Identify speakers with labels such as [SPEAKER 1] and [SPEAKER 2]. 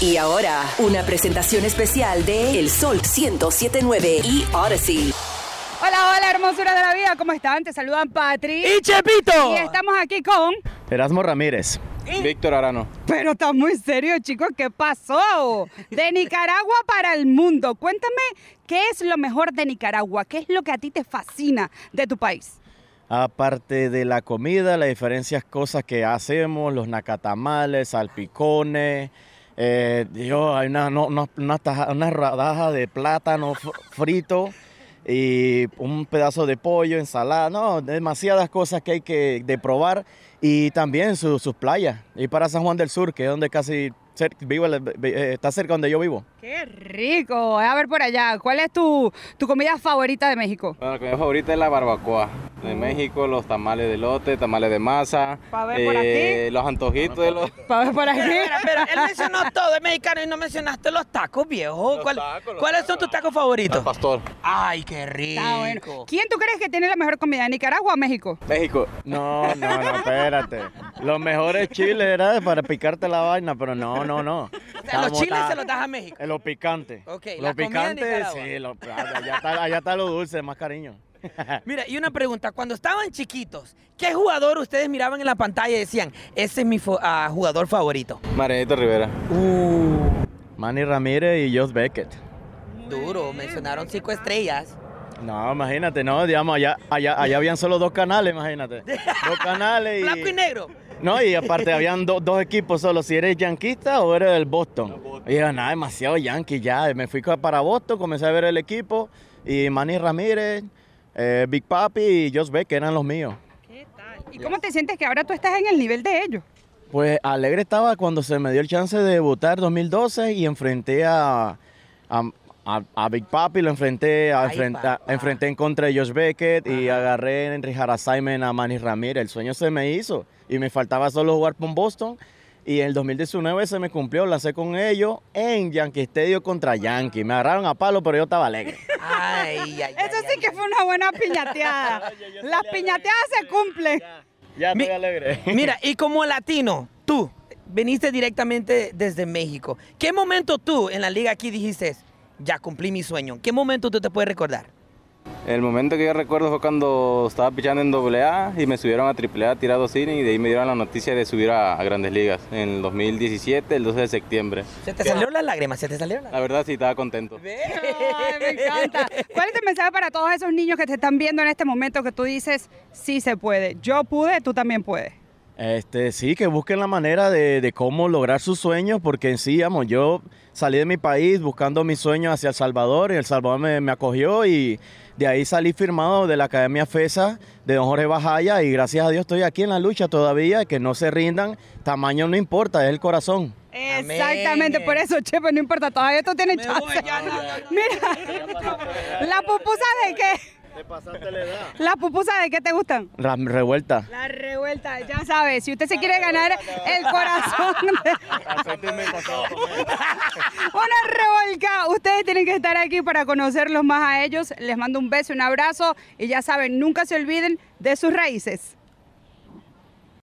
[SPEAKER 1] Y ahora, una presentación especial de El Sol 1079 y Odyssey.
[SPEAKER 2] Hola, hola, hermosura de la vida, ¿cómo están? Te saludan Patri.
[SPEAKER 3] ¡Y Chepito!
[SPEAKER 2] Y estamos aquí con.
[SPEAKER 4] Erasmo Ramírez. Víctor Arano.
[SPEAKER 2] Pero está muy serio, chicos, ¿qué pasó? De Nicaragua para el mundo. Cuéntame, ¿qué es lo mejor de Nicaragua? ¿Qué es lo que a ti te fascina de tu país?
[SPEAKER 4] Aparte de la comida, las diferentes cosas que hacemos, los nacatamales, salpicones. eh, Dios, hay una, no- no- una taja- una rodaja de plátano fr- frito y un pedazo de pollo, ensalada. No, demasiadas cosas que hay que de probar. Y también su- sus playas. Y para San Juan del Sur, que es donde casi cer- vivo, el- eh, está cerca donde yo vivo.
[SPEAKER 2] ¡Qué rico! A ver por allá, ¿cuál es tu, tu comida favorita de México?
[SPEAKER 5] Bueno, la comida favorita es la barbacoa de México, los tamales de lote, tamales de masa,
[SPEAKER 2] Pa' ver por
[SPEAKER 5] eh, los antojitos de los...
[SPEAKER 2] Para ver por aquí.
[SPEAKER 3] Espera, espera, él mencionó todo, es mexicano y no mencionaste los tacos, viejo.
[SPEAKER 5] Los
[SPEAKER 3] ¿Cuál-
[SPEAKER 5] tacos, los
[SPEAKER 3] ¿Cuáles son
[SPEAKER 5] tacos.
[SPEAKER 3] tus tacos favoritos?
[SPEAKER 5] Al pastor.
[SPEAKER 3] Ay, qué
[SPEAKER 2] Está Ah, bueno.
[SPEAKER 3] rico.
[SPEAKER 2] ¿Quién tú crees que tiene la mejor comida, Nicaragua o México?
[SPEAKER 5] México.
[SPEAKER 4] No, no, no, espérate. Los mejores chiles era para picarte la vaina, pero no, no, no.
[SPEAKER 3] O sea, los
[SPEAKER 4] Estamos
[SPEAKER 3] chiles
[SPEAKER 4] ta-
[SPEAKER 3] se los das a México.
[SPEAKER 4] eh, Lo picante.
[SPEAKER 3] Ok, la
[SPEAKER 4] lo
[SPEAKER 3] comida en
[SPEAKER 4] picante,
[SPEAKER 3] Nicaragua.
[SPEAKER 4] sí, lo, allá, está, allá está lo dulce, más cariño.
[SPEAKER 5] Eh.
[SPEAKER 3] Mira, y una pregunta, cuando estaban chiquitos, ¿qué jugador ustedes miraban en la pantalla y decían, ese es mi fo- ah, jugador favorito?
[SPEAKER 5] Marianito Rivera. Uh.
[SPEAKER 4] Manny Ramírez y Josh Beckett.
[SPEAKER 3] Duro, mencionaron cinco estrellas.
[SPEAKER 4] No, imagínate, no, digamos, allá, allá, allá habían solo dos canales, imagínate. Dos canales y.
[SPEAKER 3] Blanco y negro.
[SPEAKER 4] No, y aparte habían do- dos equipos solo, si eres yanquista o eres del Boston. Y era nada, demasiado yanqui ya. Me fui co- para Boston, comencé a ver el equipo y Manny Ramírez, eh, Big Papi y Josh Beck eran los míos.
[SPEAKER 2] ¿Y cómo te sientes que ahora tú estás en el nivel de ellos?
[SPEAKER 4] Pues alegre estaba cuando se me dio el chance de debutar 2012 y enfrenté a, a- a- a Big Papi, lo enfrenté, a-
[SPEAKER 3] Ay,
[SPEAKER 4] enfrenta-
[SPEAKER 3] papá.
[SPEAKER 4] enfrenté en contra de Josh Beckett y agarré en Rijara Simon a Manny Ramírez. El sueño se me hizo y me faltaba solo jugar con Boston. Y en el 2019 se me cumplió, lancé con ellos en Yankee Stadium contra Yankee. Me agarraron a palo, pero yo estaba alegre.
[SPEAKER 3] Ay, ay, ay.
[SPEAKER 2] Eso
[SPEAKER 3] ay,
[SPEAKER 2] sí que fue una buena piñateada. Las piñateadas se cumplen.
[SPEAKER 4] Ya
[SPEAKER 3] Mi-
[SPEAKER 4] estoy alegre.
[SPEAKER 3] Mira, y como latino, tú viniste directamente desde México. ¿Qué momento tú en la liga aquí dijiste, ya cumplí mi sueño? ¿Qué momento tú te puedes recordar?
[SPEAKER 5] El momento que yo recuerdo fue cuando estaba pichando en AA y me subieron a AAA tirado cine y de ahí me dieron la noticia de subir a, a Grandes Ligas en el 2017, el 12 de septiembre.
[SPEAKER 3] Se te salieron las lágrimas, se te salieron las
[SPEAKER 5] La verdad sí estaba contento.
[SPEAKER 2] Ay, me encanta. ¿Cuál es tu mensaje para todos esos niños que te están viendo en este momento que tú dices, sí se puede, yo pude, tú también puedes?
[SPEAKER 4] Este, sí, que busquen la manera de, de cómo lograr sus sueños, porque en sí, vamos, yo salí de mi país buscando mis sueños hacia El Salvador, y El Salvador me, me acogió y de ahí salí firmado de la Academia FESA de Don Jorge Bajaya y gracias a Dios estoy aquí en la lucha todavía, que no se rindan, tamaño no importa, es el corazón.
[SPEAKER 3] Amén.
[SPEAKER 2] Exactamente, por eso, Chepe, no importa, todavía tú tienes
[SPEAKER 3] Me
[SPEAKER 2] chance.
[SPEAKER 3] voy, ya, no, no, no, no.
[SPEAKER 2] Mira, ¿la pupusa de qué?
[SPEAKER 4] Te pasaste la edad.
[SPEAKER 2] ¿La pupusa de qué te gustan?
[SPEAKER 4] revuelta.
[SPEAKER 2] La revuelta, ya sabes, si usted se quiere ganar el corazón de... Una revolca. Ustedes tienen que estar aquí para conocerlos más a ellos. Les mando un beso, un abrazo y ya saben, nunca se olviden de sus raíces.